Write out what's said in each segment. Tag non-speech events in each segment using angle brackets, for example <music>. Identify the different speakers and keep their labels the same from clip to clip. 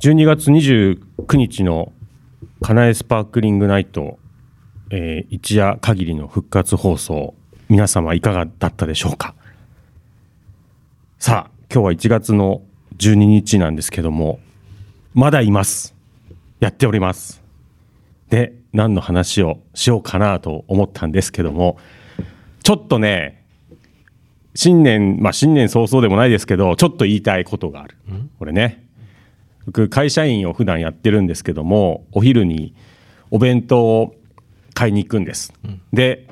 Speaker 1: 12月29日のかなえスパークリングナイト、えー一夜限りの復活放送皆様いかがだったでしょうかさあ今日は1月の12日なんですけどもまだいますやっておりますで何の話をしようかなと思ったんですけどもちょっとね新年まあ新年早々でもないですけどちょっと言いたいことがあるこれね僕会社員を普段やってるんですけどもお昼にお弁当を買いに行くんです、で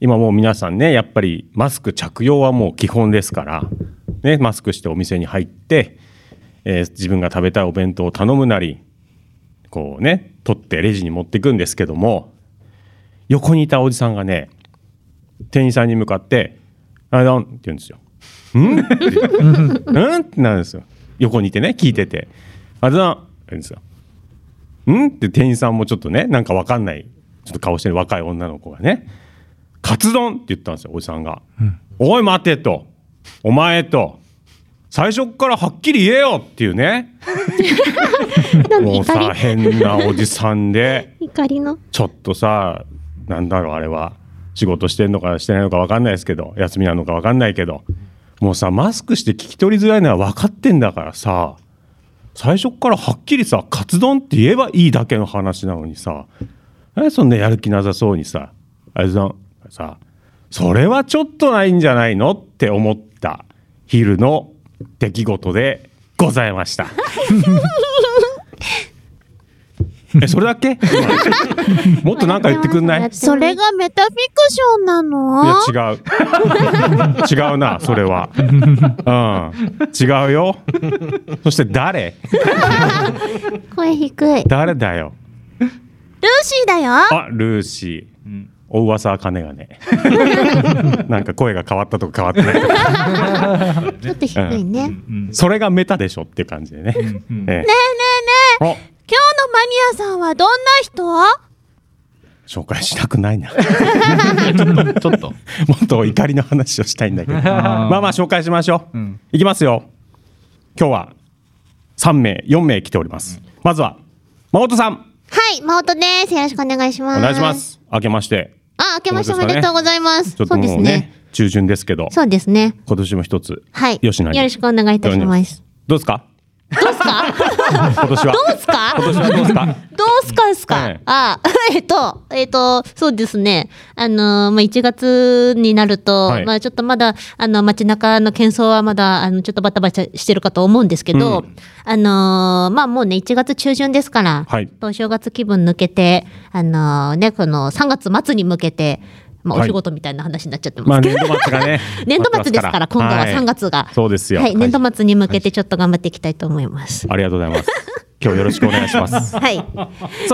Speaker 1: 今もう皆さんねやっぱりマスク着用はもう基本ですから、ね、マスクしてお店に入って、えー自分が食べたいお弁当を頼むなりこうね取ってレジに持っていくんですけども横にいたおじさんがね店員さんに向かって「あれだん」って言うんですよ。うんってなるんですよ横にいてね聞いてて「あれだ」って言うんですよ「ん?」って店員さんもちょっとねなんかわかんないちょっと顔してる若い女の子がね「カツ丼」って言ったんですよおじさんが「おい待て」と「お前」と「最初っからはっきり言えよ」っていうねもうさ変なおじさんで。
Speaker 2: 怒りの
Speaker 1: ちょっとさ、なんだろう、あれは。仕事してんのかしてないのか分かんないですけど、休みなのか分かんないけど、もうさ、マスクして聞き取りづらいのは分かってんだからさ、最初っからはっきりさ、カツ丼って言えばいいだけの話なのにさ、何でそんなやる気なさそうにさ、あれさ、さ、それはちょっとないんじゃないのって思った昼の出来事でございました。え、それだけもっとなんか言ってくんない
Speaker 2: それがメタフィクションないの
Speaker 1: や違う違うなそれはうん違うよそして誰
Speaker 2: 声低いルー
Speaker 1: 誰だよ
Speaker 2: シーだよ
Speaker 1: あルーシー、お噂は金が
Speaker 2: <laughs>
Speaker 1: ねなんか声が変わったとか変わってないとか
Speaker 2: <laughs> ちょっと低いね、ね
Speaker 1: それがメタでしょっていう感じでね、ええ
Speaker 2: えねえ
Speaker 1: お
Speaker 2: 今日のマミヤさんはどんな人
Speaker 1: 紹介したく
Speaker 2: <laughs>
Speaker 1: ないな
Speaker 3: ちょっと。
Speaker 1: <laughs> もっと怒りの話をしたいん
Speaker 2: <laughs>
Speaker 1: だけど
Speaker 3: あー
Speaker 1: まあまあ紹介しましょう、
Speaker 3: ん
Speaker 1: いきますよ今日は3名4名来ております、まずは真本さん
Speaker 2: はい、マオトです。よろしくお願いし
Speaker 1: お
Speaker 2: ます。
Speaker 1: 願いしま。す明けまして
Speaker 2: あ、明けましてお
Speaker 1: そう
Speaker 2: め
Speaker 1: ですかね
Speaker 2: でとうございます。
Speaker 1: ちょっと
Speaker 2: そうです
Speaker 1: もうね
Speaker 2: ね。
Speaker 1: 中旬ですけど
Speaker 2: そうですね。
Speaker 1: 今年も一つ
Speaker 2: はい。
Speaker 1: よしなに
Speaker 2: よろしくお願いいたします。
Speaker 1: どうですか
Speaker 2: どうすか
Speaker 1: <laughs> 今年は
Speaker 2: どうすか
Speaker 1: <laughs> 今年はどうですか
Speaker 2: どうすかっすか、
Speaker 1: はい
Speaker 2: あ、 <laughs> えっと、えっと、そうですね。あのー、まあ、1月になると、
Speaker 1: はい
Speaker 2: まあ、ちょっとまだ、あの、街中の喧騒はまだ、あの、ちょっとバタバタしてるかと思うんですけど、
Speaker 1: うん
Speaker 2: あのーまあ、もうね、1月中旬ですから、
Speaker 1: はい
Speaker 2: お正月気分抜けて、あのーね、この3月末に向けて、まあ、お
Speaker 1: はい
Speaker 2: 仕事みたいな話になっちゃって
Speaker 1: ま
Speaker 2: ま
Speaker 1: あ
Speaker 2: すけ
Speaker 1: 年
Speaker 2: ど、
Speaker 1: 度末がね
Speaker 2: <laughs> 年度末ですから、
Speaker 1: 待っ
Speaker 2: 今
Speaker 1: て
Speaker 2: 度
Speaker 1: ま
Speaker 2: は
Speaker 1: すから
Speaker 2: 3月が。
Speaker 1: そうですよ
Speaker 2: はい、
Speaker 1: はい
Speaker 2: 年度末に向けてちょっと頑張っていきたいと思います。
Speaker 1: ありがとうございます今日よろしくお願いします
Speaker 2: <laughs>
Speaker 1: さ
Speaker 2: はい。
Speaker 1: あ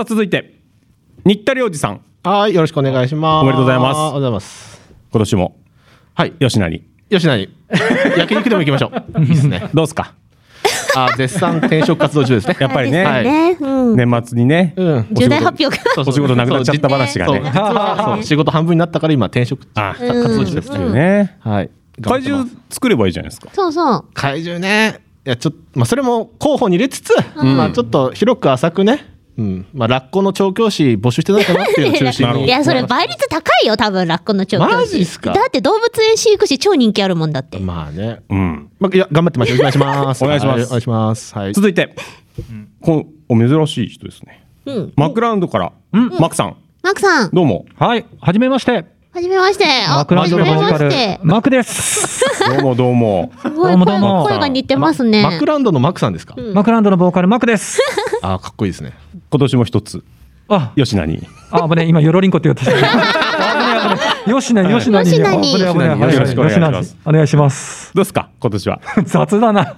Speaker 1: 続いて新田良二さん
Speaker 4: はい、よろしくお願いします。
Speaker 1: おめでとうございます
Speaker 4: おめでとうございます。
Speaker 1: 今年も
Speaker 4: はい、
Speaker 1: 吉成
Speaker 4: 吉成、焼肉でも行きましょ <laughs> う。いいですね。
Speaker 1: どうですか
Speaker 4: あ、絶賛転職活動中ですね。
Speaker 1: やっぱりね、
Speaker 4: はい
Speaker 2: ね、うん。
Speaker 1: 年末にね、
Speaker 4: うん。
Speaker 2: 重大発表が。
Speaker 4: そう
Speaker 1: お仕事なくなっちゃった話が
Speaker 4: そう
Speaker 1: ね
Speaker 4: そうそう仕事半分になったから今転職
Speaker 1: あ
Speaker 4: 活動中です
Speaker 1: そう
Speaker 4: ね。
Speaker 1: ね
Speaker 4: はい。
Speaker 1: 怪獣作ればいいじゃないですか
Speaker 2: そうそう。
Speaker 4: 怪獣ね。いやちょっとまあそれも候補に入れつつ、まあちょっと広く浅くね。うん。まあラッコの調教師募集してないかなっていうのを中心
Speaker 1: い
Speaker 4: に。
Speaker 2: いや、それ倍率高いよ、多分、ラッコの調教師。
Speaker 4: マジっすか
Speaker 2: だって動物園飼育士超人気あるもんだって。
Speaker 4: まあね。
Speaker 1: うん
Speaker 4: まあいや頑張ってましょう。お願いしま
Speaker 1: <laughs>
Speaker 4: す。
Speaker 1: お願いします
Speaker 4: はお願いします。はい。
Speaker 1: 続いて、こうお珍しい人ですね
Speaker 2: うん。
Speaker 1: マクラウンドから、マクさん
Speaker 2: マクさん、
Speaker 1: どう
Speaker 2: <laughs>
Speaker 1: も
Speaker 5: はい、はじめまして。
Speaker 2: はじめまして。あ
Speaker 5: マクランドル
Speaker 2: はじ
Speaker 5: マ
Speaker 2: め
Speaker 5: ジ
Speaker 2: ま
Speaker 5: カ
Speaker 2: し
Speaker 5: ル
Speaker 2: て。。
Speaker 5: マクです。
Speaker 2: <laughs>
Speaker 1: どうもどうも
Speaker 2: すごい
Speaker 5: どうもど
Speaker 2: 声
Speaker 5: うも
Speaker 2: 声が似てますね。
Speaker 4: マクランドのマクさんですか。
Speaker 5: マクランドのボーカルマク
Speaker 2: <laughs>
Speaker 5: です。
Speaker 4: あ、かっこいいですね。
Speaker 1: 今年も一つ
Speaker 5: あ、
Speaker 1: 吉成
Speaker 5: あ、危ねえ、今ヨロリンコって言おう
Speaker 2: <laughs>
Speaker 5: とした。あ危ねえ危ねえよしなに、よしなに。
Speaker 2: よしな
Speaker 5: あ
Speaker 2: に
Speaker 5: 危ねえ危ねえ
Speaker 1: よしなに
Speaker 5: は
Speaker 1: よろしくお願いします
Speaker 5: よなにお願いします。 <laughs>
Speaker 1: どうですか今年は
Speaker 5: 雑
Speaker 2: <laughs>
Speaker 5: だな。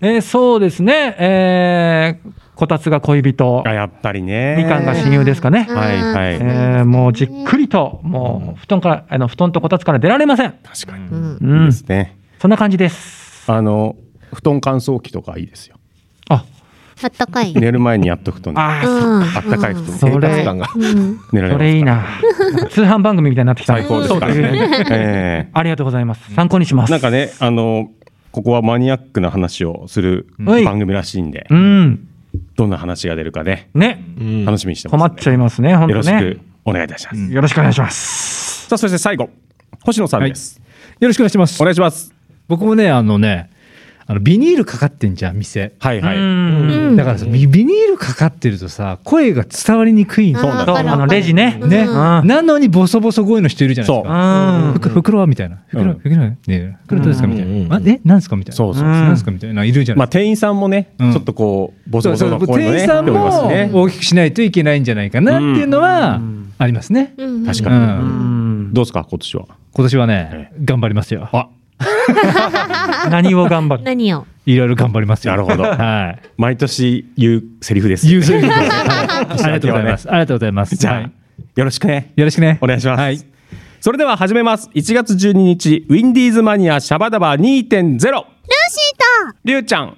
Speaker 5: えー、そうですね。えー、こたつが恋人
Speaker 1: あ、やっぱりね
Speaker 5: みかんが親友ですかね
Speaker 2: う。ん
Speaker 1: はいはい
Speaker 5: えー、もうじっくりと、もう布団から、あの布団とこたつから出られません。
Speaker 1: 確かに
Speaker 2: う
Speaker 1: で
Speaker 2: ん。
Speaker 5: うん、
Speaker 1: すね、
Speaker 5: そんな感じです。
Speaker 1: あの布団乾燥機とかいいですよ
Speaker 5: あ、
Speaker 2: あったかい。
Speaker 1: 寝る前にやっとくとね
Speaker 5: あー、そ
Speaker 2: うん。
Speaker 1: あったかい布団
Speaker 5: それ
Speaker 4: 生活感が。
Speaker 2: うん。
Speaker 1: 寝られ
Speaker 5: そ
Speaker 1: ます
Speaker 5: れいいな。通販番組みたいになってきた。 <laughs>
Speaker 1: 最高ですからね、ええ
Speaker 5: ありがとうございます。参考にします。
Speaker 1: なんかね、あの、ここはマニアックな話をする
Speaker 5: はい
Speaker 1: 番組らしいんで、
Speaker 5: うん。
Speaker 1: どんな話が出るかね、
Speaker 5: ね。
Speaker 4: うん
Speaker 1: 楽しみにしてます、
Speaker 5: 困っちゃいますね、
Speaker 1: よ
Speaker 5: 本当
Speaker 1: ろしく
Speaker 5: ね。
Speaker 1: お願いいたします。
Speaker 5: よろしくお願いします。
Speaker 1: さあ、そして最後、星野さんです。
Speaker 6: よろしくお願いします
Speaker 1: お。願いします。
Speaker 6: 僕もね、あのね、あのビニールかかってんじゃん、店。
Speaker 1: はいは。
Speaker 5: はいい。
Speaker 2: うん
Speaker 6: だからさ、ビビニールかかってるとさ、声が伝わりにくいん
Speaker 2: そうなんだ
Speaker 5: あの、レジね。
Speaker 6: ね、
Speaker 2: うん
Speaker 6: なのにボソボソ声の人いるじゃないです
Speaker 1: そう
Speaker 6: か。
Speaker 5: うん。
Speaker 6: ふ袋はみたいな。
Speaker 1: うん
Speaker 6: 袋、袋はねえ袋どうですかみたい
Speaker 4: うん
Speaker 6: な。あえ、なんですかみたいな。
Speaker 1: そうそう
Speaker 5: そう
Speaker 6: なんですかみたいな。いるじゃ
Speaker 1: ま
Speaker 6: な
Speaker 1: あ、
Speaker 6: い
Speaker 1: 店員さんもね、
Speaker 6: うん
Speaker 1: ちょっとこう、ボソ
Speaker 6: そう
Speaker 1: ボ
Speaker 6: そ
Speaker 1: ソの
Speaker 6: う
Speaker 1: 声
Speaker 6: 店
Speaker 1: のね、
Speaker 6: 員さん
Speaker 1: 出ております
Speaker 6: も
Speaker 1: ね
Speaker 6: 大きくしないといけないんじゃないかなっていうのはありますね。
Speaker 2: うん
Speaker 1: 確
Speaker 6: う
Speaker 1: かに。
Speaker 6: ん
Speaker 5: うん
Speaker 1: どうですか、今年は。
Speaker 6: 今年はね、頑張りますよ。
Speaker 5: 何を頑張
Speaker 2: <laughs>
Speaker 5: る
Speaker 2: 何を
Speaker 6: いろいろ頑張りますよ。
Speaker 1: なるほど
Speaker 6: はい。
Speaker 1: 毎年言うセリフです。
Speaker 6: 優勝です。
Speaker 1: <laughs>
Speaker 6: はいありがとうございます。ありがとうございます。
Speaker 1: じゃあ、
Speaker 6: はい
Speaker 1: よろしくね。
Speaker 6: よろしくね。
Speaker 1: お願いします。
Speaker 6: はい。
Speaker 1: それでは始めます。1月12日、ウィンディーズマニアシャバダバ2.0。ルーシーとリュウちゃん。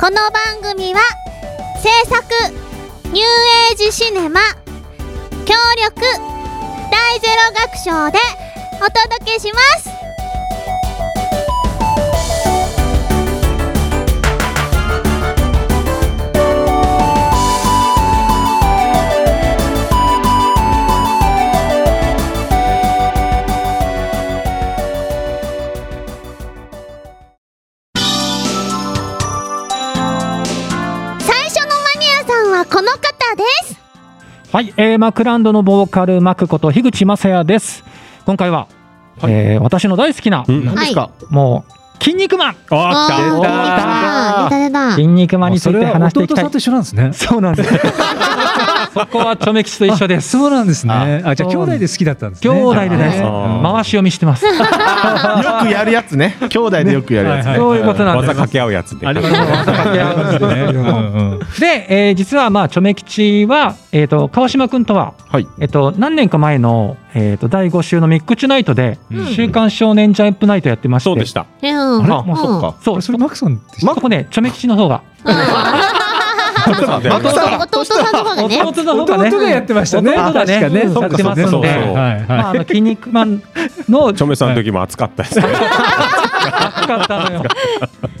Speaker 7: この番組は制作ニューエイジシネマ協力大ゼロ学賞でお届けします最初のマニアさんはこの方です
Speaker 5: はい、えーマクランドのボーカル、マクこと樋口正也です。今回は、えー私の大好きな、
Speaker 4: 何ですか、
Speaker 5: もう、筋肉マン
Speaker 2: あー出た出た
Speaker 5: 筋肉マンについ
Speaker 6: それ
Speaker 5: て
Speaker 6: は
Speaker 5: 話していき
Speaker 6: 弟
Speaker 5: た
Speaker 6: さ
Speaker 5: い
Speaker 6: んと。一緒なんですね。
Speaker 5: そうなんです。そこはチョメ吉と一緒です。
Speaker 6: そうなんですね。
Speaker 5: あ
Speaker 6: あ、じゃあ兄弟で好きだったんです
Speaker 5: 兄
Speaker 6: ね。
Speaker 5: 弟で大好き
Speaker 6: あ
Speaker 1: あー
Speaker 5: 回し読みしてます。
Speaker 4: よくやるやつね。兄弟でよくやるやつね。
Speaker 6: はい
Speaker 5: そういうことなんです
Speaker 1: 技。かけ合うやつで。
Speaker 6: ありがとうございます。うんうん
Speaker 5: で、えー実はまあチョメ吉は、えー、と川島君とは、
Speaker 4: はい
Speaker 5: えー、と何年か前の、えー、と第5週のミックチュナイトで「週刊少年ジャンプナイト」やってまして
Speaker 1: そうでした。
Speaker 2: うん
Speaker 5: あらもうそっ
Speaker 2: か
Speaker 5: そ
Speaker 6: あ
Speaker 5: う
Speaker 6: れそ
Speaker 5: そ
Speaker 6: れマクソンでし
Speaker 5: そこねチョメ吉の方が
Speaker 1: また
Speaker 2: 弟弟さんの方がね
Speaker 5: 弟の方
Speaker 6: た
Speaker 5: がね
Speaker 6: 弟がやってましたね。
Speaker 5: 弟がね
Speaker 6: 確か
Speaker 5: うん
Speaker 6: そっかそ
Speaker 5: や
Speaker 6: っか
Speaker 5: ってますんで
Speaker 6: そうそうはい
Speaker 5: まあ、
Speaker 6: は
Speaker 5: あの筋肉マン
Speaker 6: <laughs>
Speaker 5: の
Speaker 1: チョメさんの時も熱かったですね。
Speaker 5: 熱かったのよ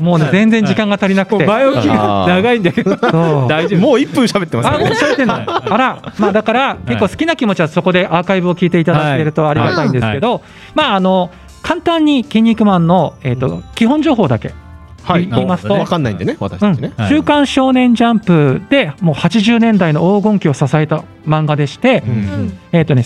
Speaker 5: もうね全然時間が足りなく
Speaker 6: い。も
Speaker 5: て
Speaker 6: う前置きが長いんだけど。
Speaker 5: そう
Speaker 4: 大丈夫。もう一分喋ってます
Speaker 5: あ、
Speaker 4: ね。
Speaker 5: もう喋ってんの。あら、まあだから結構好きな気持ちはそこでアーカイブを聞いていただけるとありがたいんですけど、まああの簡単に筋肉マンのえっ、と基本情報だけ。
Speaker 4: はい。
Speaker 5: 言いますと
Speaker 4: わかんないんでね、私
Speaker 5: う
Speaker 4: た
Speaker 5: ん
Speaker 4: ちね。
Speaker 6: はい
Speaker 5: 週刊少年ジャンプでもう80年代の黄金期を支えた漫画でして、
Speaker 6: うん
Speaker 5: えっ、とね、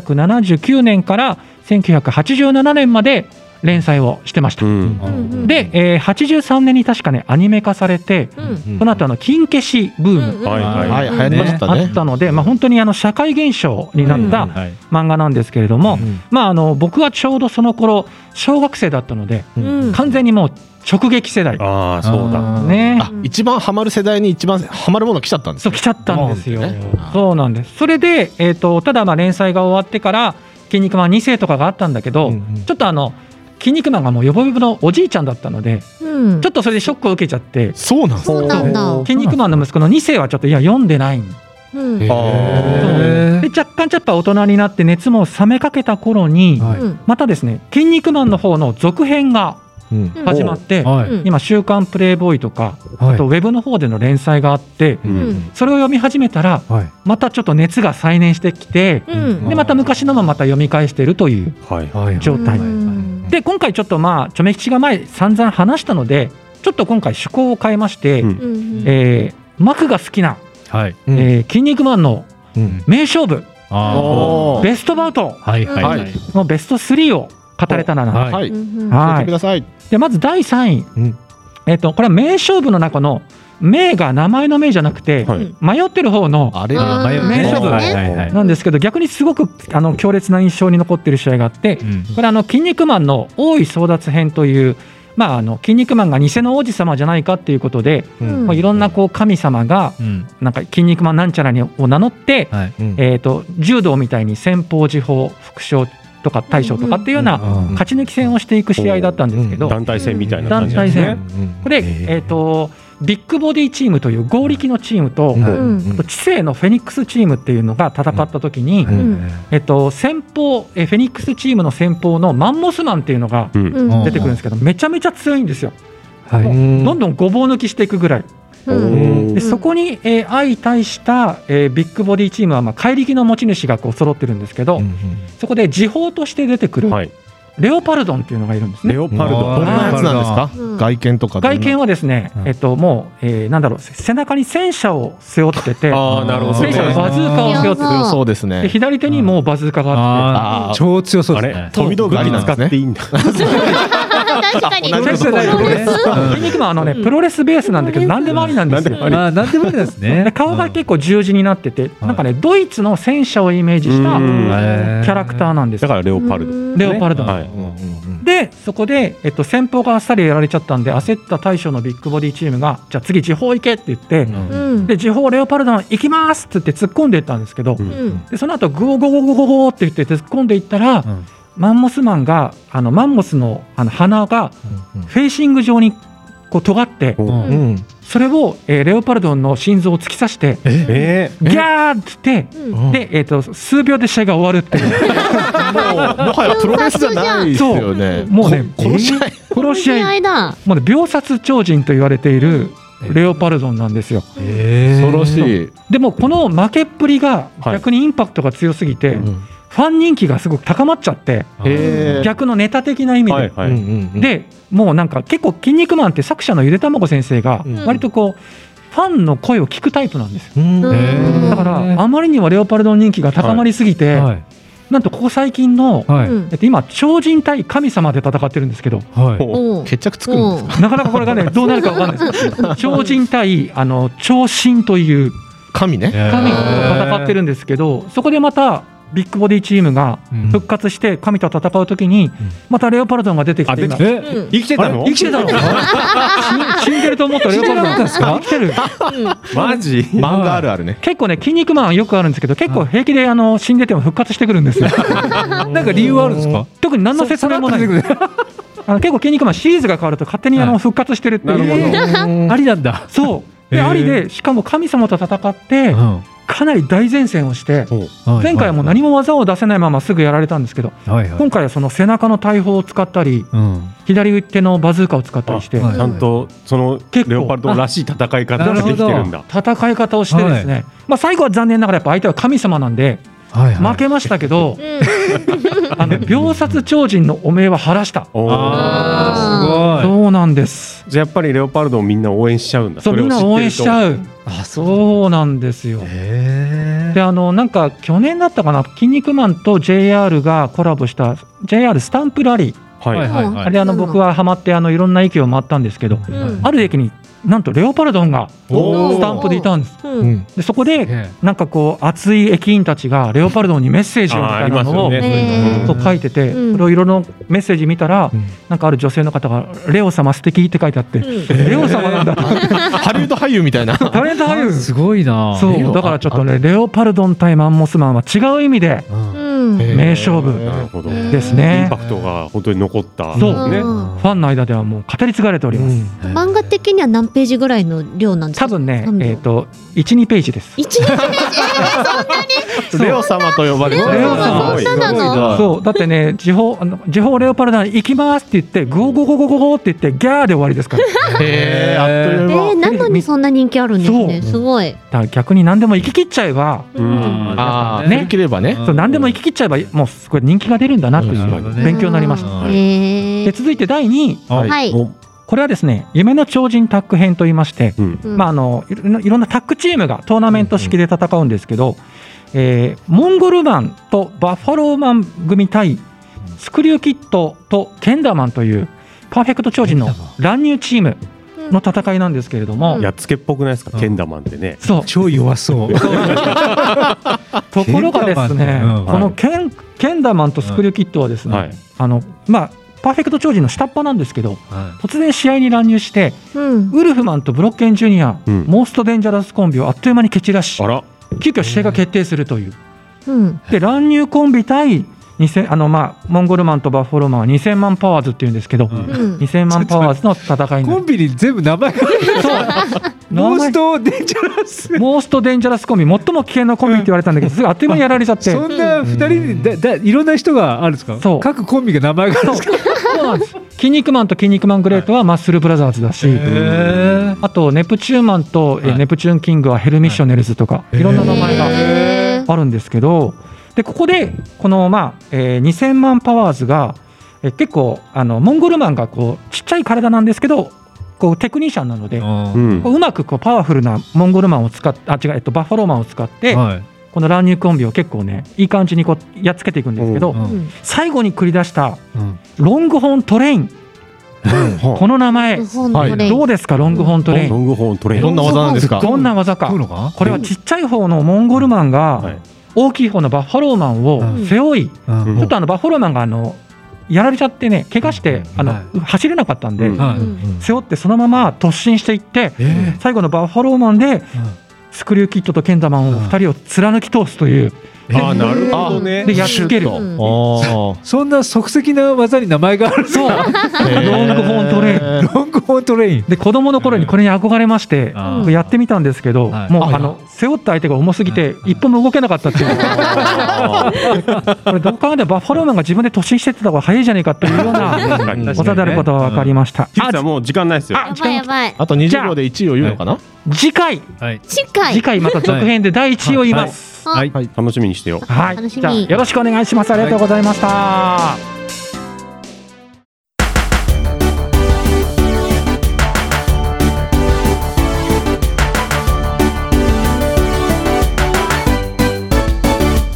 Speaker 5: 1979年から1987年まで連載をしてました。
Speaker 1: うん
Speaker 2: うん
Speaker 5: で、えー83年に確かねアニメ化されて、
Speaker 2: うん
Speaker 5: その後あの金消しブーム。
Speaker 2: うん
Speaker 1: はいはい
Speaker 4: はい、流行りました
Speaker 5: あ
Speaker 4: ね
Speaker 5: っ。たので、まあ、本当にあの社会現象になった
Speaker 6: はい
Speaker 5: 漫画なんですけれども、
Speaker 4: うん
Speaker 5: まあ、あの僕はちょうどその頃小学生だったので、
Speaker 2: うん
Speaker 5: 完全にもう直撃世代、
Speaker 1: ああ、そうだ。
Speaker 5: ね
Speaker 4: あ、一番ハマる世代に一番ハマるもの来ちゃったんです
Speaker 5: そう
Speaker 4: ね
Speaker 5: 来。ちゃったんですよ、
Speaker 4: ドーンってねあー
Speaker 5: そうなんですそれで、えー、とただまあ連載が終わってから「筋肉マン2世」とかがあったんだけど、
Speaker 4: うんうん
Speaker 5: ちょっとあの「筋肉マン」がもうヨボヨボのおじいちゃんだったので
Speaker 2: うん
Speaker 5: ちょっとそれでショックを受けちゃって
Speaker 4: そうなんです
Speaker 2: そうなんだ
Speaker 5: 「筋肉マン」の息子の2世はちょっといや読んでないん
Speaker 2: うん
Speaker 4: へー
Speaker 6: へ
Speaker 5: で若干やっぱ大人になって熱も冷めかけた頃に、
Speaker 6: は
Speaker 2: うん
Speaker 5: またですね「筋肉マン」の方の続編が
Speaker 4: うん
Speaker 2: うん
Speaker 5: 始まって、
Speaker 6: は
Speaker 2: うん
Speaker 5: 今「週刊プレイボーイ」とか、
Speaker 6: はい
Speaker 5: あとウェブの方での連載があって
Speaker 1: う。
Speaker 2: うんん
Speaker 5: それを読み始めたら
Speaker 6: はい。
Speaker 5: またちょっと熱が再燃してきて
Speaker 2: うん
Speaker 5: でまた昔のもまた読み返してるという
Speaker 1: はい。
Speaker 6: はい。
Speaker 5: 状態
Speaker 2: う。ん
Speaker 5: で今回ちょっとまあチョメ吉が前散々話したのでちょっと今回趣向を変えまして、
Speaker 1: うん
Speaker 2: うん
Speaker 5: えーマクが好きな
Speaker 6: はい。
Speaker 5: 「えー筋肉マン」の
Speaker 4: うん
Speaker 5: 名勝負
Speaker 6: あ
Speaker 4: おー
Speaker 5: ベストバウト
Speaker 6: ーはいはい
Speaker 4: は
Speaker 6: はいい。
Speaker 5: のベスト3を語れたらな
Speaker 6: はい
Speaker 4: は
Speaker 2: う
Speaker 4: い。
Speaker 2: んうん
Speaker 5: は
Speaker 4: 教え
Speaker 5: い
Speaker 4: てください。
Speaker 5: でまず第3位、
Speaker 4: うん
Speaker 5: えっとこれは名勝負の中の名が名前の名じゃなくて、
Speaker 1: はい。
Speaker 5: 迷ってる方の
Speaker 4: あれ
Speaker 2: あー
Speaker 6: 迷うね
Speaker 5: 名勝負
Speaker 6: はいはいはい。
Speaker 5: なんですけど逆にすごくあの強烈な印象に残ってる試合があって
Speaker 6: うん
Speaker 5: これあの「筋肉マン」の王位争奪編という。まあ、あの筋肉マンが偽の王子様じゃないかっていうことで、
Speaker 2: うん
Speaker 5: まあ、いろんなこう神様が
Speaker 6: うん。
Speaker 5: なんか筋肉マンなんちゃらにを名乗って、
Speaker 6: はい。
Speaker 5: えー、と柔道みたいに先方時法副将とか大賞とかっていうような勝ち抜き戦をしていく試合だったんですけど、
Speaker 1: 団体戦みたいな感
Speaker 5: 団
Speaker 1: じなん
Speaker 5: 体
Speaker 1: ですね。
Speaker 5: 戦、これ、えー、とビッグボディチームという合力のチームと、あと知性のフェニックスチームっていうのが戦った時に、えっと、先方えフェニックスチームの先方のマンモスマンっていうのが
Speaker 1: うん
Speaker 2: うん
Speaker 5: 出てくるんですけどめちゃめちゃ強いんですよ。
Speaker 6: はい
Speaker 5: どんどんごぼう抜きしていくぐらい
Speaker 2: うん
Speaker 1: おー
Speaker 5: でそこに、えー相対した、えービッグボディチームは、まあ、怪力の持ち主がこう揃ってるんですけど、そこで時報として出てくる
Speaker 1: はい。
Speaker 5: レオパルドンっていうのがいるんですね
Speaker 1: レ。オパルド。
Speaker 4: どんなやつなんですか、
Speaker 2: うん
Speaker 4: 外見とかどんな
Speaker 5: 外見はですね、えっと、もう、えーなんだろうせ背中に戦車を背負ってて
Speaker 1: ああ、なるほど
Speaker 5: 戦
Speaker 1: ね。
Speaker 5: 車のバズーカを背負って
Speaker 2: 強
Speaker 5: て
Speaker 4: そうです
Speaker 5: で
Speaker 4: ね
Speaker 5: 左手にもうバズーカがあって。
Speaker 6: あ
Speaker 4: あ
Speaker 6: あ超強そう
Speaker 1: あ
Speaker 6: です
Speaker 1: れ
Speaker 6: ね、
Speaker 1: 飛び道具に使っていいんだ。
Speaker 2: 確かに。
Speaker 4: 同じ
Speaker 2: そう
Speaker 5: プロレ
Speaker 2: で
Speaker 5: ス
Speaker 2: す。
Speaker 5: 筋肉マンあのねプロレスベースなんだけど何でもありなんですよ。
Speaker 6: まあなんでもありですね
Speaker 5: で顔が結構十字になってて、
Speaker 6: ん
Speaker 5: なんかねドイツの戦車をイメージした
Speaker 1: うん
Speaker 5: キ
Speaker 6: ャ
Speaker 5: ャラクターなんです
Speaker 1: だからレオパルド。
Speaker 5: レオパルド、
Speaker 1: はい。
Speaker 5: でそこで、えっと、先方があっさりやられちゃったんで焦った大将のビッグボディチームがじゃあ次時報行けって言って、
Speaker 2: うん。
Speaker 5: で時報レオパルドン行きますって言って突っ込んでいったんですけど、
Speaker 1: ん
Speaker 2: うん。
Speaker 5: でその後グオゴゴゴゴゴって言って突っ込んでいったら、
Speaker 6: ん
Speaker 5: マンモスマンがあのマンモスのあの鼻がフェーシング状にこう尖って、
Speaker 1: うん
Speaker 4: うん
Speaker 5: それを、えーレオパルドンの心臓を突き刺して
Speaker 1: え
Speaker 5: ギャーっつって
Speaker 2: うん
Speaker 5: で、えー、と数秒で試合が終わるっていう
Speaker 4: もうもはやプロレスじゃないですよね
Speaker 5: もうね
Speaker 4: こ殺し合い
Speaker 5: この試合
Speaker 2: 合だ。
Speaker 5: もうね秒殺超人と言われているレオパルドンなんですよ
Speaker 4: 恐ろしい
Speaker 5: でもこの負けっぷりが
Speaker 1: はい
Speaker 5: 逆にインパクトが強すぎて、ファン人気がすごく高まっちゃって
Speaker 4: へー
Speaker 5: 逆のネタ的な意味
Speaker 1: え
Speaker 5: で、
Speaker 1: はいは
Speaker 4: うんう
Speaker 1: い。
Speaker 4: んうん
Speaker 5: でもうなんか結構「筋肉マン」って作者のゆでたまご先生が
Speaker 4: うん
Speaker 5: 割とこう、ファンの声を聞くタイプなんですよ
Speaker 4: うん
Speaker 2: うん
Speaker 6: ー
Speaker 5: だから
Speaker 6: へー
Speaker 5: あまりにもレオパルドン人気が高まりすぎて、
Speaker 6: はい
Speaker 5: なんとここ最近の、
Speaker 6: はい
Speaker 2: うん
Speaker 5: えっと、今超人対神様で戦ってるんですけど
Speaker 6: はい
Speaker 1: お
Speaker 2: おう
Speaker 4: 決着つくんですか
Speaker 5: なかなかこれがねどうなるかわかんない <laughs> です超人対あの超神という
Speaker 4: 神ね
Speaker 5: 神と戦ってるんですけどそこでまたビッグボディチームが復活して神と戦うときにまたレオパルドンが出てき
Speaker 1: あ
Speaker 5: て
Speaker 1: 出て
Speaker 5: 今
Speaker 1: き
Speaker 6: え
Speaker 2: うん
Speaker 1: 生きてたの
Speaker 5: 生きてたの死ん死んでると思ったらレオパルドン生きてる
Speaker 1: マジ
Speaker 4: 漫画あるあるね
Speaker 5: 結構ね「筋肉マン」よくあるんですけど結構平気であの死んでても復活してくるんです <laughs> よ
Speaker 6: なんか理由はあるんですか
Speaker 5: 特に何の説明もない
Speaker 6: そそ
Speaker 5: あの結構「筋肉マン」シリーズが変わると勝手にあ
Speaker 6: は
Speaker 5: の
Speaker 6: い
Speaker 5: 復活してるって
Speaker 1: なるほ
Speaker 5: いう
Speaker 1: ど。
Speaker 6: ありなんだ
Speaker 5: そうで
Speaker 6: へー
Speaker 5: ありでしかも神様と戦って
Speaker 6: うん
Speaker 5: かなり大前線をして
Speaker 1: ほう
Speaker 5: 前回はもう何も技を出せないまますぐやられたんですけど
Speaker 6: はいはい
Speaker 5: 今回はその背中の大砲を使ったり
Speaker 6: うん
Speaker 5: 左手のバズーカを使ったりして
Speaker 6: あはい
Speaker 1: ちゃんとその
Speaker 5: 結構
Speaker 1: レオパルドらしい戦い方ができてるんだ。
Speaker 5: 戦い方をしてですね、まあ、最後は残念ながらやっぱ相手は神様なんで
Speaker 6: はいはい
Speaker 5: 負けましたけど、
Speaker 2: うん。
Speaker 5: あの秒殺超人の汚名は晴らした
Speaker 1: おー
Speaker 6: あーすごい
Speaker 5: そうなんです
Speaker 1: じゃあやっぱりレオパルドをみんな応援しちゃうんだ。
Speaker 5: そうみんな応援しち
Speaker 1: う。
Speaker 5: ゃう
Speaker 6: あそう
Speaker 5: そうなんですよ
Speaker 6: へ
Speaker 5: であのなんか去年だったかな「筋肉マン」と JR がコラボした JR スタンプラリー、
Speaker 1: はい。
Speaker 6: はいはいはい
Speaker 5: あれあの僕はハマってあのいろんな駅を回ったんですけど、
Speaker 2: うん
Speaker 5: ある駅になんとレオパルドンが
Speaker 1: お
Speaker 5: スタンプでいたんです
Speaker 2: うんうん
Speaker 5: でそこで
Speaker 6: え
Speaker 5: なんかこう熱い駅員たちがレオパルドンにメッセージをみ
Speaker 1: あー
Speaker 5: た
Speaker 1: あ
Speaker 5: い
Speaker 1: り
Speaker 5: な
Speaker 1: ます
Speaker 5: の
Speaker 1: よ
Speaker 5: を
Speaker 1: ね。
Speaker 5: そう書いてて、
Speaker 2: うん
Speaker 5: それをいろいろメッセージ見たら、なんかある女性の方が「レオ様素敵って書いてあって、レオ様なんだ、
Speaker 4: ハリウッド俳優みたいな
Speaker 5: タレント俳優
Speaker 6: すごいな
Speaker 5: そうだからちょっとねレオパルドン対マンモスマンは違う意味で
Speaker 2: うん。うん。
Speaker 5: 名勝負
Speaker 1: なるほど。イン
Speaker 5: ですね、
Speaker 1: パクトが本当に残った。
Speaker 5: そう
Speaker 1: ね。
Speaker 2: うん
Speaker 5: ファンの間ではもう語り継がれております、
Speaker 2: 漫画的には何ページぐらいの量なんですか
Speaker 5: 多分ね
Speaker 2: 何秒
Speaker 5: えっ、と12ページです
Speaker 2: 一日目
Speaker 4: レオ様と呼ばれてる
Speaker 5: レオ様
Speaker 2: そんな
Speaker 4: すごい
Speaker 2: の
Speaker 4: な
Speaker 5: そうだってね時報あの時報レオパルドン行きますって言ってグオゴゴゴゴゴって言ってギャーで終わりですからだ
Speaker 4: へえあっと
Speaker 2: え
Speaker 4: いう間
Speaker 2: ー、なのにそんな人気あるんですね
Speaker 5: そ
Speaker 2: すごい
Speaker 5: から逆に何でも行き切っちゃえば、
Speaker 1: うん。
Speaker 4: ああ
Speaker 6: ね
Speaker 4: 振り切ればね
Speaker 5: そう何でも行き切っちゃえばもうこれ人気が出るんだなとい
Speaker 6: うんなるほど
Speaker 5: う
Speaker 6: ね
Speaker 5: 勉強になりまし
Speaker 2: へ
Speaker 5: た、
Speaker 6: はい
Speaker 2: え
Speaker 5: で続いて第2位
Speaker 2: ーはい
Speaker 1: お
Speaker 5: これはですね夢の超人タッグ編といいまして、
Speaker 1: うん。
Speaker 2: うん
Speaker 5: まあ、あのいろいろんなタッグチームがトーナメント式で戦うんですけど、えーモンゴルマンとバッファローマン組対スクリューキッドとケンダーマンというパーフェクト超人の
Speaker 6: ケンダーマ
Speaker 5: 乱入チームの戦いなんですけれども、
Speaker 1: やっつけっぽくないですか。ケンダマンってね。
Speaker 5: そう
Speaker 6: 超弱そう <laughs>
Speaker 5: ところがです
Speaker 6: ケンダ
Speaker 5: ね、
Speaker 6: ーマンうん
Speaker 5: このケンケンダーマンとスクリューキッドはですね、
Speaker 1: はい。
Speaker 5: あのまあ、パーフェクト超人の下っ端なんですけど突然試合に乱入して
Speaker 2: うん
Speaker 5: ウルフマンとブロッケンジュニア、
Speaker 1: うん
Speaker 5: モーストデンジャラスコンビをあっという間に蹴散らし
Speaker 1: あら。
Speaker 5: 急遽試合が決定するという
Speaker 2: うん
Speaker 5: で乱入コンビ対2000あのまあモンゴルマンとバッファローマンは2000万パワーズっていうんですけど、
Speaker 2: うん
Speaker 5: 2000万パワーズの戦いにな
Speaker 8: コ
Speaker 5: る
Speaker 8: ンビに全部名前が入ってるモーストデンジャラス
Speaker 5: モーストデンジャラスコンビ最も危険なコンビって言われたんだけどすぐあっという間にやられちゃって
Speaker 8: そんな二人でだだいろんな人があるんですか
Speaker 5: そう
Speaker 8: 各コンビが名前があるんですか
Speaker 5: そうなんです筋肉マンと筋肉マングレートはマッスルブラザーズだし、
Speaker 8: へ
Speaker 5: あとネプチューンマンと、え
Speaker 8: はい
Speaker 5: ネプチューンキングはヘルミッショネルズとか、
Speaker 8: はい
Speaker 5: い、ろんな名前が
Speaker 2: へー
Speaker 5: あるんですけどでここでこの、まあえー2000万パワーズが、えー結構あのモンゴルマンがこうちっちゃい体なんですけどこうテクニシャンなので。
Speaker 8: ー
Speaker 1: うん
Speaker 5: こううまくこうパワフルなモンゴルマンを使ってあ違う、えっと、バッファローマンを使って、
Speaker 8: はい
Speaker 5: この乱入コンビを結構ねいい感じにこうやっつけていくんですけど、
Speaker 8: うん
Speaker 2: うん
Speaker 5: 最後に繰り出した
Speaker 8: うん
Speaker 5: ロングホーントレインこの名前
Speaker 2: 本当に
Speaker 5: どうですかロングホーントレイ
Speaker 1: ロ
Speaker 5: ン
Speaker 1: ングホーントレイ
Speaker 4: どん
Speaker 1: ン。
Speaker 4: な技なんですか
Speaker 5: どんな技か
Speaker 8: 食うのか
Speaker 5: これはちっちゃい方のモンゴルマ
Speaker 1: はい
Speaker 5: ンが大きい方のバッファローマン
Speaker 8: うん
Speaker 5: を背負い
Speaker 8: な
Speaker 1: うん
Speaker 5: ちょっとあのバッファローマンがあのやられちゃってね怪我して
Speaker 8: は
Speaker 5: あの走れなかったんで
Speaker 1: うん
Speaker 8: はい
Speaker 2: うん
Speaker 5: 背負ってそのまま突進していって
Speaker 8: え
Speaker 5: 最後のバッファローマンでスクリューキッドとケンダマンを2人を貫き通すという
Speaker 1: ああ、なるほどね。
Speaker 5: でやっつける
Speaker 1: シュ
Speaker 2: うん
Speaker 4: あ
Speaker 8: ーそんな即席な技に名前があ
Speaker 5: <laughs>
Speaker 8: る
Speaker 5: そうロングホーントレイン
Speaker 4: ー
Speaker 8: ロングホーントレイン
Speaker 5: で子供の頃にこれに憧れまして
Speaker 8: あー
Speaker 5: 僕やってみたんですけど、
Speaker 8: はい
Speaker 5: もう
Speaker 8: はい
Speaker 5: あの背負った相手が重すぎて一歩も動けなかったっていう <laughs> これどう考えてもバッファローマンが自分で突進してってた方が早いじゃないかっていうような
Speaker 1: トレイン。
Speaker 5: 技であることは分かりました、
Speaker 1: ヒロさんもう時間ないですよ。
Speaker 5: あ
Speaker 2: やばいやばい
Speaker 4: あと
Speaker 5: じゃ
Speaker 4: 20
Speaker 5: あ
Speaker 4: 秒で1位を言うのかな
Speaker 5: 次回
Speaker 8: はい
Speaker 2: 近い
Speaker 5: 次回また続編で第1位を言います、
Speaker 2: はい
Speaker 1: 楽しみにしてよ。
Speaker 5: はい
Speaker 2: 楽しみ
Speaker 5: じゃあよろしくお願いしますありがとうございました、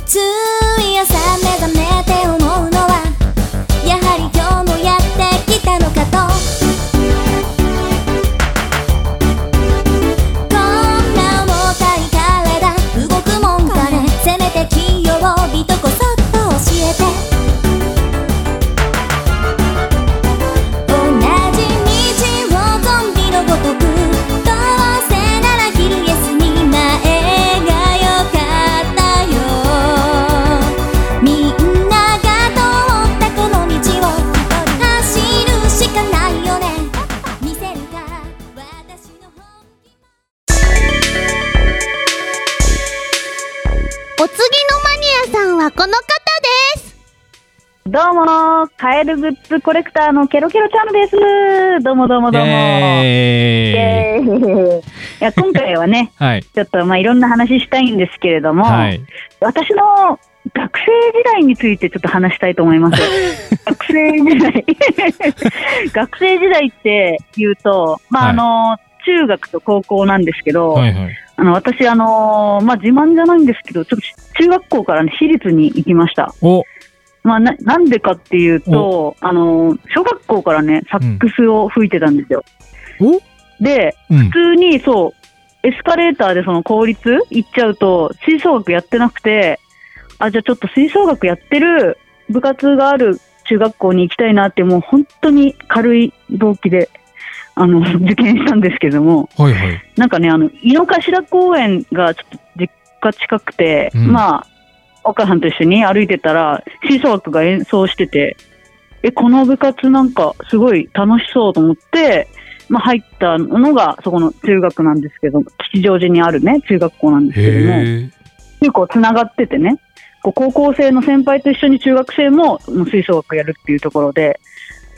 Speaker 7: つい朝目覚めて思うのはやはり今日もやってきたのかとこんな重たい体動くもんかねせめて金曜日とこそっと教えて同じ道をゾンビのごとくどうせなら昼休み前が良かったよみんなが通ったこの道を走るしかないよね見せるから私の本気
Speaker 9: お次のマニアさんはこの方です
Speaker 10: どうも、カエルグッズコレクターのケロケロちゃんです。どうもどうもどうも。イ
Speaker 3: え、
Speaker 10: エーイいや今回はね
Speaker 3: はい。
Speaker 10: ちょっとまあいろんな話したいんですけれども、
Speaker 3: はい。
Speaker 10: 私の学生時代についてちょっと話したいと思い
Speaker 3: <laughs>
Speaker 10: ます。学生時代。 <laughs> 学生時代って言うと、まああの、中学と高校なんですけど、
Speaker 3: はいはい。
Speaker 10: あの私、あのーまあ、自慢じゃないんですけど、ちょっと中学校から、ね、私立に行きました。
Speaker 3: お
Speaker 10: まあ、ななんでかっていうと、あのー小学校からね、サックスを吹いてたんですよ。
Speaker 8: お
Speaker 10: で、
Speaker 8: うん
Speaker 10: 普通にそう、エスカレーターでその公立行っちゃうと、吹奏楽やってなくて、あ、じゃあちょっと吹奏楽やってる部活がある中学校に行きたいなって、もう本当に軽い動機で、あの、受験したんですけども、
Speaker 8: はいはい
Speaker 10: なんかね、あの、井の頭公園がちょっと実家近くて、
Speaker 8: うん
Speaker 10: まあ、お母さんと一緒に歩いてたら、吹奏楽が演奏してて、え、この部活なんかすごい楽しそうと思って、まあ入ったのが、そこの中学なんですけど、吉祥寺にあるね、中学校なんですけども、
Speaker 8: へ
Speaker 10: 結構つながっててね、こう高校生の先輩と一緒に中学生ももう吹奏楽やるっていうところで、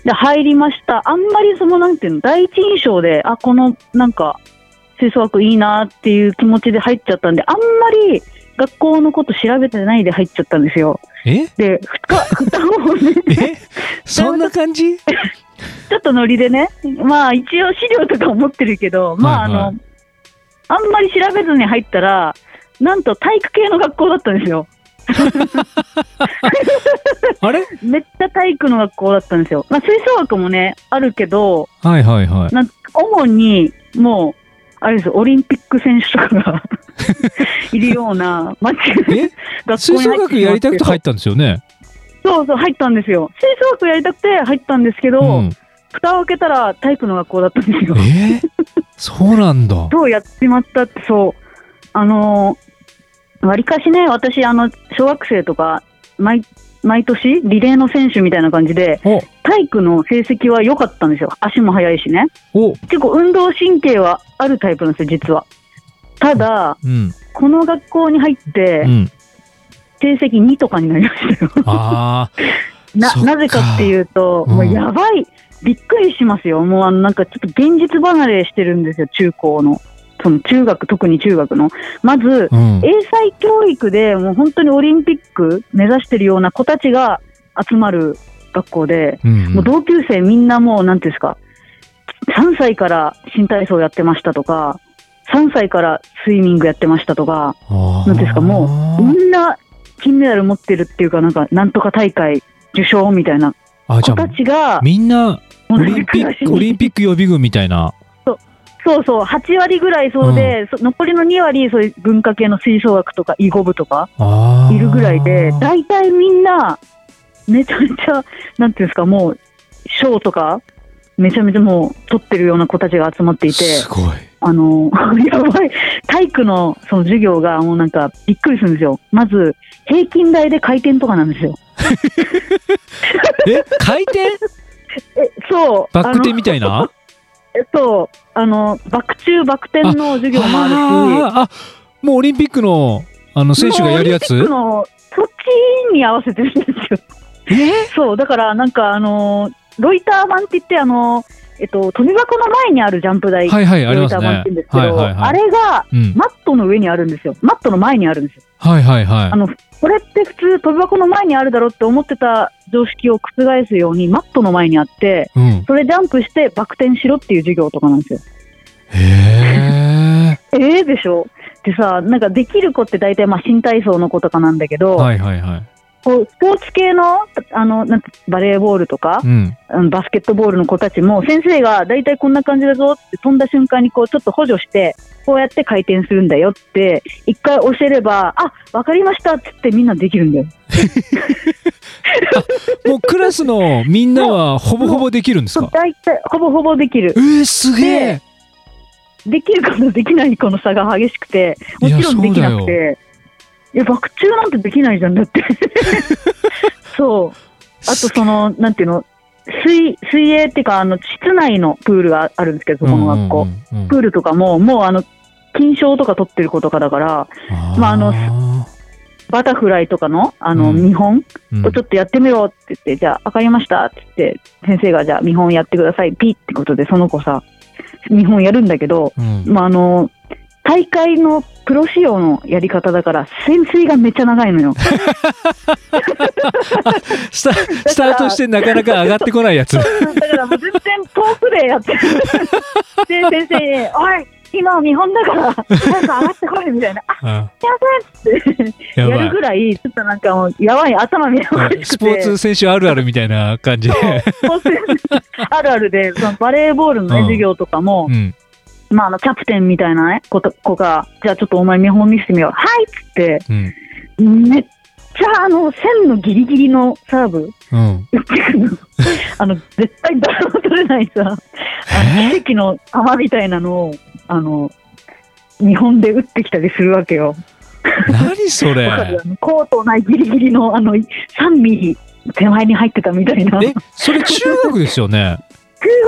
Speaker 10: で入りました、あんまりそのなんていうの、第一印象で、あこのなんか、吹奏楽いいなっていう気持ちで入っちゃったんで、あんまり学校のこと調べてないで入っちゃったんですよ。
Speaker 8: え
Speaker 10: で、2日、2日をね、
Speaker 8: えそんな感じ
Speaker 10: ちょっとノリでね、まあ一応資料とか持ってるけど、まああの、
Speaker 8: はいは
Speaker 10: あんまり調べずに入ったら、なんと体育系の学校だったんですよ。
Speaker 8: あれ
Speaker 10: めっちゃ体育の学校だったんですよ。まあ、吹奏楽もね、あるけど、
Speaker 8: はいはいはい
Speaker 10: なん主にもう、あれですよオリンピック選手とかが <laughs> いるような <laughs> 街
Speaker 8: え吹奏楽やりたくて入
Speaker 10: っ
Speaker 8: ったんですよね
Speaker 10: そうそう、入ったんですよ。吹奏楽やりたくて入ったんですけど、
Speaker 8: うん
Speaker 10: 蓋を開けたら体育の学校だったんですよ。
Speaker 8: えそうなん
Speaker 10: <laughs>
Speaker 8: だ
Speaker 10: どうやってまったって、そう。あのー、わりかしね、私、あの、小学生とか、毎毎年リレーの選手みたいな感じで体育の成績は良かったんですよ足も速いしね結構運動神経はあるタイプなんですよ実はただ
Speaker 11: うん。
Speaker 10: この学校に入って
Speaker 11: うん。
Speaker 10: 成績2とかになりましたよ
Speaker 11: ああ。
Speaker 10: ななぜかっていうと、もうやばい、びっくりしますよ、もうあのなんかちょっと現実離れしてるんですよ、中高の、その中学、特に中学の、まず、
Speaker 7: うん
Speaker 10: 英才教育でもう本当にオリンピック目指してるような子たちが集まる学校で、
Speaker 7: うんうん
Speaker 10: もう同級生みんなもう、なんていうんですか、3歳から新体操やってましたとか、3歳からスイミングやってましたとか、なんていうんですか、もうみんな金メダル持ってるっていうか、なんかなんとか大会受賞みたいな
Speaker 11: あ
Speaker 10: 子
Speaker 11: じゃあ
Speaker 10: たちが、
Speaker 11: みんな、オリンピック、オリンピック予備軍みたいな。
Speaker 10: そうそう、8割ぐらいそうで、そ残りの2割、そういう文化系の吹奏楽とか囲碁部とかいるぐらいで、大体みんな、めちゃめちゃ、なんていうんですか、もう賞とか、めちゃめちゃもう取ってるような子たちが集まっていて。あの <laughs> やばい体育のその授業がもうなんかびっくりするんですよまず平均台で回転とかなんですよ
Speaker 11: え回転
Speaker 10: えそう
Speaker 11: バック転
Speaker 10: あの
Speaker 11: みたいな
Speaker 10: えそうあのバク宙バク転の授業もあるし
Speaker 11: あもうオリンピックの、あの、選手がやるやつ
Speaker 10: もうオリンピックのそっちに合わせてるんですよ。そうだからなんかあのロイター版って言ってあのえっと飛び箱の前にあるジャンプ台、
Speaker 11: はいはいあり
Speaker 10: ロ
Speaker 11: ま
Speaker 10: イ
Speaker 11: す
Speaker 10: タ
Speaker 11: ね
Speaker 10: ー版って言うんですけど、
Speaker 11: はいはいはい
Speaker 10: あれが、
Speaker 11: うん
Speaker 10: マットの上にあるんですよ。マットの前にあるんですよ。
Speaker 11: はいはいはい。
Speaker 10: あのこれって普通飛び箱の前にあるだろうって思ってた常識を覆すようにマットの前にあって、
Speaker 11: うん
Speaker 10: それジャンプしてバク転しろっていう授業とかなんですよ。ええでしょでさなんかできる子って大体まあ新体操の子とかなんだけど、
Speaker 11: はいはいはい。
Speaker 10: こうスポーツ系のあのなんてバレーボールとか、
Speaker 11: うん
Speaker 10: あのバスケットボールの子たちも先生が大体こんな感じだぞって飛んだ瞬間にこうちょっと補助してこうやって回転するんだよって一回教えればあわかりましたっつってみんなできるんだよ。
Speaker 11: もうクラスのみんなはほぼほぼできるんですか
Speaker 10: 大体ほぼほぼできる。
Speaker 11: えー、すげえ
Speaker 10: できる子とできない子の差が激しくてもちろんできなく
Speaker 11: いや
Speaker 10: ていや爆中なんてできないじゃんだって <laughs> そうあとそのなんていうの水水泳っていうかあの室内のプールがあるんですけどそこの学校、プールとかももうあの金賞とか取ってる子とかだからまああのバタフライとかのあの見本をちょっとやってみろって言って、じゃあ分かりましたって言って先生がじゃあ見本やってくださいピッってことでその子さ見本やるんだけど、まあ、あの大会のプロ仕様のやり方だから潜水がめっちゃ長いのよ。
Speaker 11: スタスタートしてなかなか上がってこないやつ。
Speaker 10: だからもう全然遠くでやってる。で、先生に、おい、今見本だから、早く上がってこいみたいな、あ
Speaker 11: うん
Speaker 10: すいませんって
Speaker 11: や
Speaker 10: や
Speaker 11: ばい
Speaker 10: るぐらい、ちょっとなんかもう、やばい、頭見られし
Speaker 11: ス
Speaker 10: く
Speaker 11: ポー
Speaker 10: て、
Speaker 11: ツ選手あるあるみたいな感じで。
Speaker 10: あるあるで、そのバレーボールのね、
Speaker 11: うん
Speaker 10: 授業とかも、
Speaker 11: うん
Speaker 10: まあ、あのキャプテンみたいな、ね、子と子が、じゃあちょっとお前見本見せてみよう、はいっつって、
Speaker 11: うん
Speaker 10: めっちゃあの線のギリギリのサーブ。
Speaker 11: うん。
Speaker 10: <laughs> あの絶対誰も取れないさ、あの奇跡の玉みたいなのをあの日本で打ってきたりするわけよ。
Speaker 11: 何それ
Speaker 10: わかるあのコートないギリギリのあの3ミリ手前に入ってたみたいな。
Speaker 11: え、それ中学ですよね。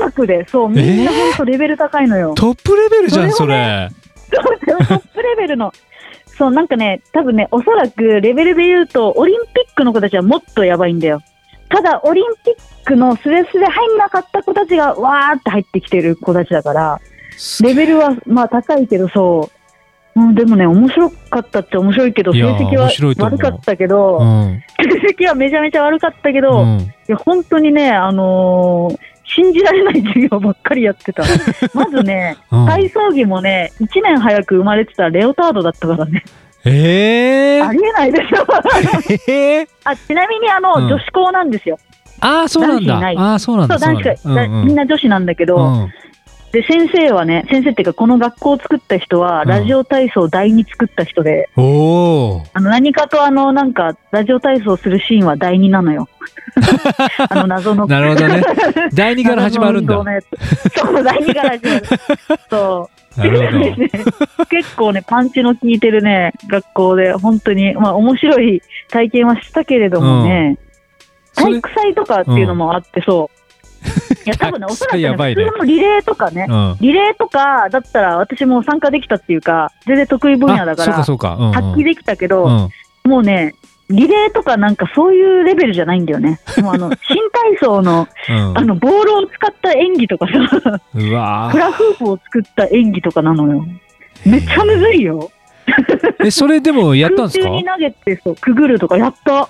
Speaker 10: 中学でそうみんな本当レベル高いのよ。
Speaker 11: トップレベルじゃん、それ。
Speaker 10: トップレベルの。そうなんかね、多分ね、おそらくレベルで言うと、オリンピックの子たちはもっとやばいんだよ。ただ、オリンピックのスレスレ入んなかった子たちが、わーって入ってきてる子たちだから、レベルはまあ高いけど、そう、うん、でもね、面白かったって面白いけど、
Speaker 11: い
Speaker 10: 成
Speaker 11: やー
Speaker 10: 績
Speaker 11: 面白いと
Speaker 10: は
Speaker 11: 思
Speaker 10: 悪
Speaker 11: う
Speaker 10: かったけど、
Speaker 11: うん。
Speaker 10: 成績はめちゃめちゃ悪かったけど、
Speaker 11: うん
Speaker 10: いや本当にね、あのー信じられない授業ばっかりやって
Speaker 11: <laughs>
Speaker 10: た。まずね、
Speaker 11: うん
Speaker 10: 体操着もね、1年早く生まれてたレオタードだったからね。
Speaker 11: ええ
Speaker 10: ありえないでし
Speaker 11: <laughs> ょ。
Speaker 10: あちなみにあの、
Speaker 11: うん
Speaker 10: 女子校なんですよ。
Speaker 11: ああ、そうなんだ
Speaker 10: 男子いい
Speaker 11: あーそうなんだ
Speaker 10: そう男子
Speaker 11: そうなんだうんうん
Speaker 10: だみんな女子なんだけど、
Speaker 11: うん
Speaker 10: で先生はね、先生っていうかこの学校を作った人は、
Speaker 11: うん
Speaker 10: ラジオ体操第二作った人で、
Speaker 11: おお。
Speaker 10: あの何かとあのなんかラジオ体操するシーンは第二
Speaker 11: <laughs>
Speaker 10: なのよ。あの謎の。 <laughs>
Speaker 11: なるほどね第二から始まるんだ
Speaker 10: 謎の運動のやつそう第二から始まる。そう。
Speaker 11: なるほど。
Speaker 10: 結構ね、パンチの効いてるね、学校で、本当に、まあ、面白い体験はしたけれどもね、体育祭とかっていうのもあって、そう。いや、多
Speaker 11: <laughs>
Speaker 10: 分ね、おそらく、ね
Speaker 11: やばいね
Speaker 10: 普通のリレーとかね、
Speaker 11: うん
Speaker 10: リレーとかだったら、私も参加できたっていうか、全然得意分野だ
Speaker 11: あ
Speaker 10: から、
Speaker 11: そうかそうかうんうん
Speaker 10: 発揮できたけど、
Speaker 11: うん
Speaker 10: もうね、リレーとかなんかそういうレベルじゃないんだ
Speaker 11: <laughs>
Speaker 10: よね。もうあの、新体操の、
Speaker 11: うん
Speaker 10: あの、ボールを使った演技とかさ、
Speaker 11: うわ
Speaker 10: フラフープを作った演技とかなのよ。めっちゃむずいよ。
Speaker 11: ーえ、それでもやったんです
Speaker 10: 空
Speaker 11: か
Speaker 10: 中に投げて、そう、くぐるとかやった。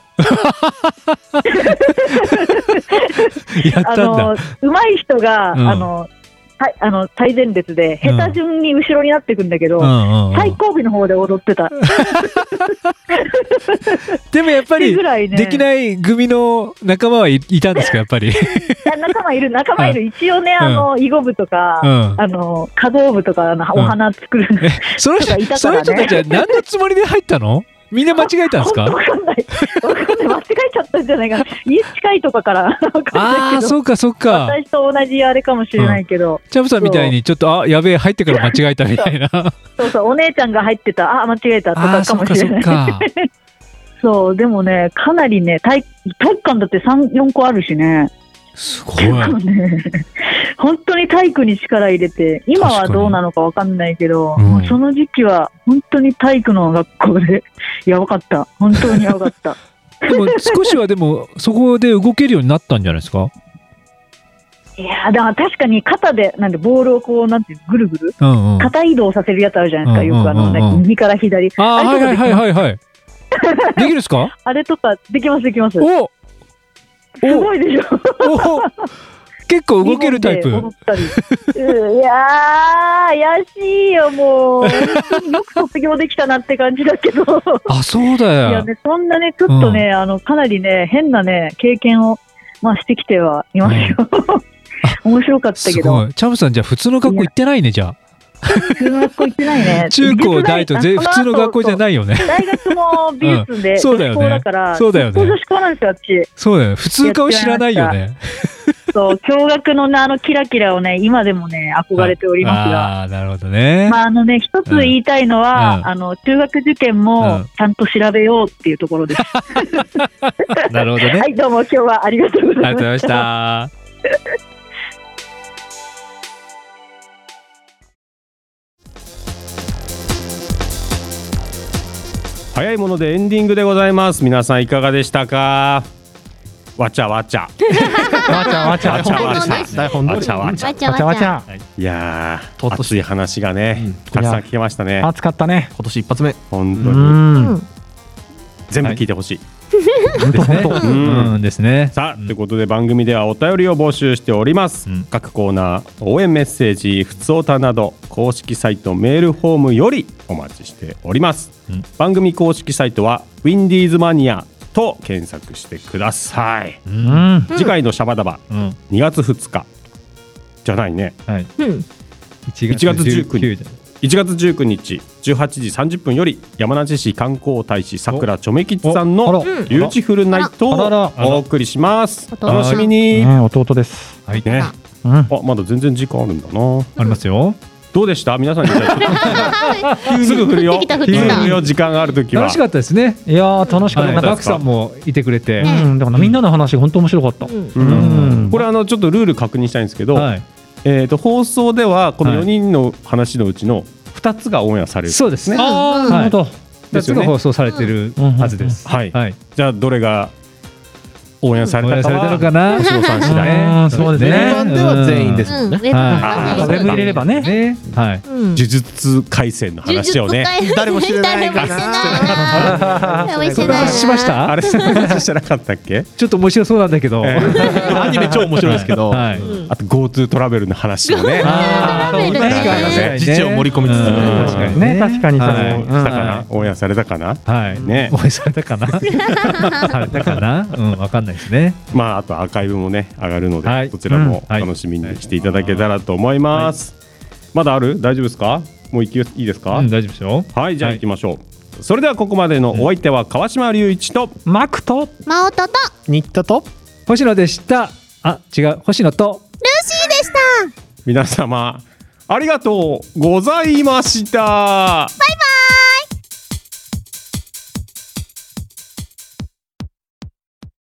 Speaker 11: やった
Speaker 10: あ
Speaker 11: んだ
Speaker 10: の。、上手い人が、
Speaker 11: うん
Speaker 10: あの、はい、あの、最前列で、下手順に後ろになっていくんだけど、
Speaker 11: うんうんうん
Speaker 10: 最後尾の方で踊ってた。
Speaker 11: でもやっぱ
Speaker 10: って
Speaker 11: り
Speaker 10: ぐらい、ね
Speaker 11: できない組の仲間はいいたんですか、やっぱ
Speaker 10: <laughs>
Speaker 11: り。
Speaker 10: あ仲間いる、仲間いる。
Speaker 11: うん
Speaker 10: 一応ね、あの、囲碁部とか、
Speaker 11: うん
Speaker 10: あの、華道部とか、あの、お花作る、
Speaker 11: その人
Speaker 10: 人がいたか
Speaker 11: そ
Speaker 10: ら
Speaker 11: の
Speaker 10: ね。
Speaker 11: 人たちは何のつもりで入ったのみんな間違えたんですか
Speaker 10: 間違えちゃったんじゃない
Speaker 11: <laughs>
Speaker 10: かな。家近いとかから、わかんないけど
Speaker 11: ああ、そうか、そうか。
Speaker 10: 私と同じあれかもしれないけど。
Speaker 11: チャムさんみたいに、ちょっと、あ、やべえ、入ってから間違えたみたいな。
Speaker 10: そうそう、お姉ちゃんが入ってた、あ、間違えたと
Speaker 11: あ
Speaker 10: か
Speaker 11: ー
Speaker 10: かもしれない。
Speaker 11: そっか
Speaker 10: そう、でもね、かなりね、体体育館だって3、4個あるしね。
Speaker 11: す
Speaker 10: ごい。ね、 <laughs> 本当に体育に力入れて、今はどうなのかわかんないけど、もうその時期は本当に体育の学校で <laughs> やばかった。本当にやばかった。 <laughs>
Speaker 11: でも、少しはでも、そこで動けるようになったんじゃないですか
Speaker 10: いやーだから確かに肩で、なんでボールをこう、なんていうのぐるぐる、
Speaker 11: うんうん
Speaker 10: 肩移動させるやつあるじゃないです
Speaker 11: う
Speaker 10: か、
Speaker 11: んうんうんうん
Speaker 10: よくあの、ね右から左。
Speaker 11: ああ、
Speaker 10: あ
Speaker 11: は
Speaker 10: れ
Speaker 11: い
Speaker 10: とか
Speaker 11: は
Speaker 10: で
Speaker 11: い
Speaker 10: きま
Speaker 11: はいはいは
Speaker 10: す
Speaker 11: い。できるですか
Speaker 10: あれとかできますできます。
Speaker 11: お
Speaker 10: すごいでしょ。
Speaker 11: 結構 <laughs> 動けるタイ
Speaker 10: <laughs>
Speaker 11: プ
Speaker 10: 日。本で踊ったりうんいやー、怪しい
Speaker 11: <laughs>
Speaker 10: よ、もう。本当によく卒業できたなって感じだけど。
Speaker 11: あ、そう
Speaker 10: い
Speaker 11: だ
Speaker 10: や
Speaker 11: よ。
Speaker 10: ね、そんなね、ちょっとね、あの、かなりね、変なね、経験を、まあ、してきてはいますよ。面白かった
Speaker 11: す
Speaker 10: け
Speaker 11: ご
Speaker 10: ど、
Speaker 11: い。チャムさん、じゃあ、普通の学校行ってないね、じゃ
Speaker 10: 普通の学校行ってないね
Speaker 11: あ。。中高大
Speaker 10: <laughs>
Speaker 11: とぜ
Speaker 10: 美術
Speaker 11: 普
Speaker 10: 大
Speaker 11: 通の学校じゃないよね
Speaker 10: あ。大学も美術
Speaker 11: <laughs>
Speaker 10: で、
Speaker 11: うんそうだよね
Speaker 10: 女子校だから、
Speaker 11: そうだよね
Speaker 10: 女子校なんですよ、あっち。
Speaker 11: そうだよね。普通科を知らないよね。 <laughs>
Speaker 10: そう、驚愕のね、あのキラキラをね、今でもね、憧れておりますが。
Speaker 11: ああー、なるほどね。
Speaker 10: まあ、あのね、一つ言いたいのは、
Speaker 11: うん
Speaker 10: あの、中学受験もちゃんと調べようっていうところです。
Speaker 11: なるほどね。
Speaker 10: はい、どうも今日はありがとうござ
Speaker 11: ありがと
Speaker 10: いました。
Speaker 11: うございました。
Speaker 1: <laughs> 早いものでエンディングでございます皆さんいかがでしたかわちゃわちゃ
Speaker 3: わちゃわちゃ
Speaker 1: わちゃわちゃ
Speaker 3: 台本通り
Speaker 1: わちゃわちゃ
Speaker 3: わちゃわちゃわちゃわちゃ
Speaker 1: いやー熱い話がねたくさん聞けましたね
Speaker 5: 暑かったね。
Speaker 1: 今年一発目本当
Speaker 5: う
Speaker 1: に
Speaker 5: ん
Speaker 1: 全部聞いてほしい
Speaker 6: ですね。
Speaker 1: うんですね。さあ、ということで番組ではお便りを募集しております。各コーナー、応援メッセージ、ふつおたなど、公式サイト、メールフォームよりお待ちしております。番組公式サイトは、ウィンディーズマニアと検索してください。
Speaker 6: うん
Speaker 1: 次回のシャバダバ、2月2日じゃないね。1月19日。1月19日18時30分より山梨市観光大使さくらちょめきちさんの「ビューティフルナイト」をお送りします
Speaker 5: お父さん
Speaker 1: 楽しみに
Speaker 5: ね弟です。
Speaker 1: はいねあまだ全然時間あるんだなありますよどうでした皆さんに <laughs> すぐ降るよ
Speaker 5: 降ってきた降ってきた
Speaker 1: 急に降るよ時間があるときは
Speaker 5: 楽しか
Speaker 1: ったですね
Speaker 5: いやー楽しかった。
Speaker 1: はいバクさん
Speaker 5: もいてくれて。うん、だからみんなの話が本当面白かった。
Speaker 1: これあのちょっとルール確認したいんですけど、えー、と放送ではこの4人の話のうちの2つがオンエアされる、そうです
Speaker 6: ねあーなるほど
Speaker 1: で
Speaker 6: 二
Speaker 1: す
Speaker 6: つ
Speaker 1: よね
Speaker 6: が放送されてるはずです。
Speaker 1: はい、じゃあどれが応援されたかは
Speaker 6: 応援されたのかな
Speaker 1: 星野さん次
Speaker 6: う
Speaker 1: 第
Speaker 6: んそうですね
Speaker 1: ウェブ版では全員です
Speaker 6: もんねうんウェブ版
Speaker 1: あー
Speaker 6: ウェブ入れればね
Speaker 1: ねはい
Speaker 6: うん
Speaker 1: 呪術廻戦の話をね
Speaker 6: 呪術廻戦 <laughs> 誰も知らな
Speaker 1: 誰
Speaker 6: い
Speaker 1: も知らな
Speaker 6: な <laughs>
Speaker 1: い
Speaker 6: 誰も知らないそんな話しました
Speaker 1: あれそんな話してなかったっけ
Speaker 6: ちょっと面白そうなんだけど。
Speaker 1: アニメ超面白いですけど、
Speaker 6: はい
Speaker 1: あと GoTo トラベルの話もね、
Speaker 6: あー GoTo トラベルね <laughs>
Speaker 1: 確かにね
Speaker 6: 自治を盛り込みつつ
Speaker 1: うん
Speaker 6: 確かにね
Speaker 1: うん
Speaker 6: 確かにそう
Speaker 1: はい
Speaker 6: うん
Speaker 1: したかな、応援されたかな、ね、
Speaker 6: 応援されたか <laughs> なされたかなうん、わかんないですね。
Speaker 1: まああとアーカイブもね上がるので、そちらも楽しみにしていただけたらと思います。まだある？大丈夫ですか？もう行きいいですか？大丈夫ですよ。はい、じゃあ行きましょう。それではここまでのお相手は川島隆一と
Speaker 5: マクと
Speaker 9: マオトと
Speaker 1: 新田と
Speaker 6: 星野でした。あ、違う。星野と。
Speaker 9: ルーシーでした
Speaker 1: 皆様
Speaker 12: ありがとうございました。
Speaker 1: バイバイ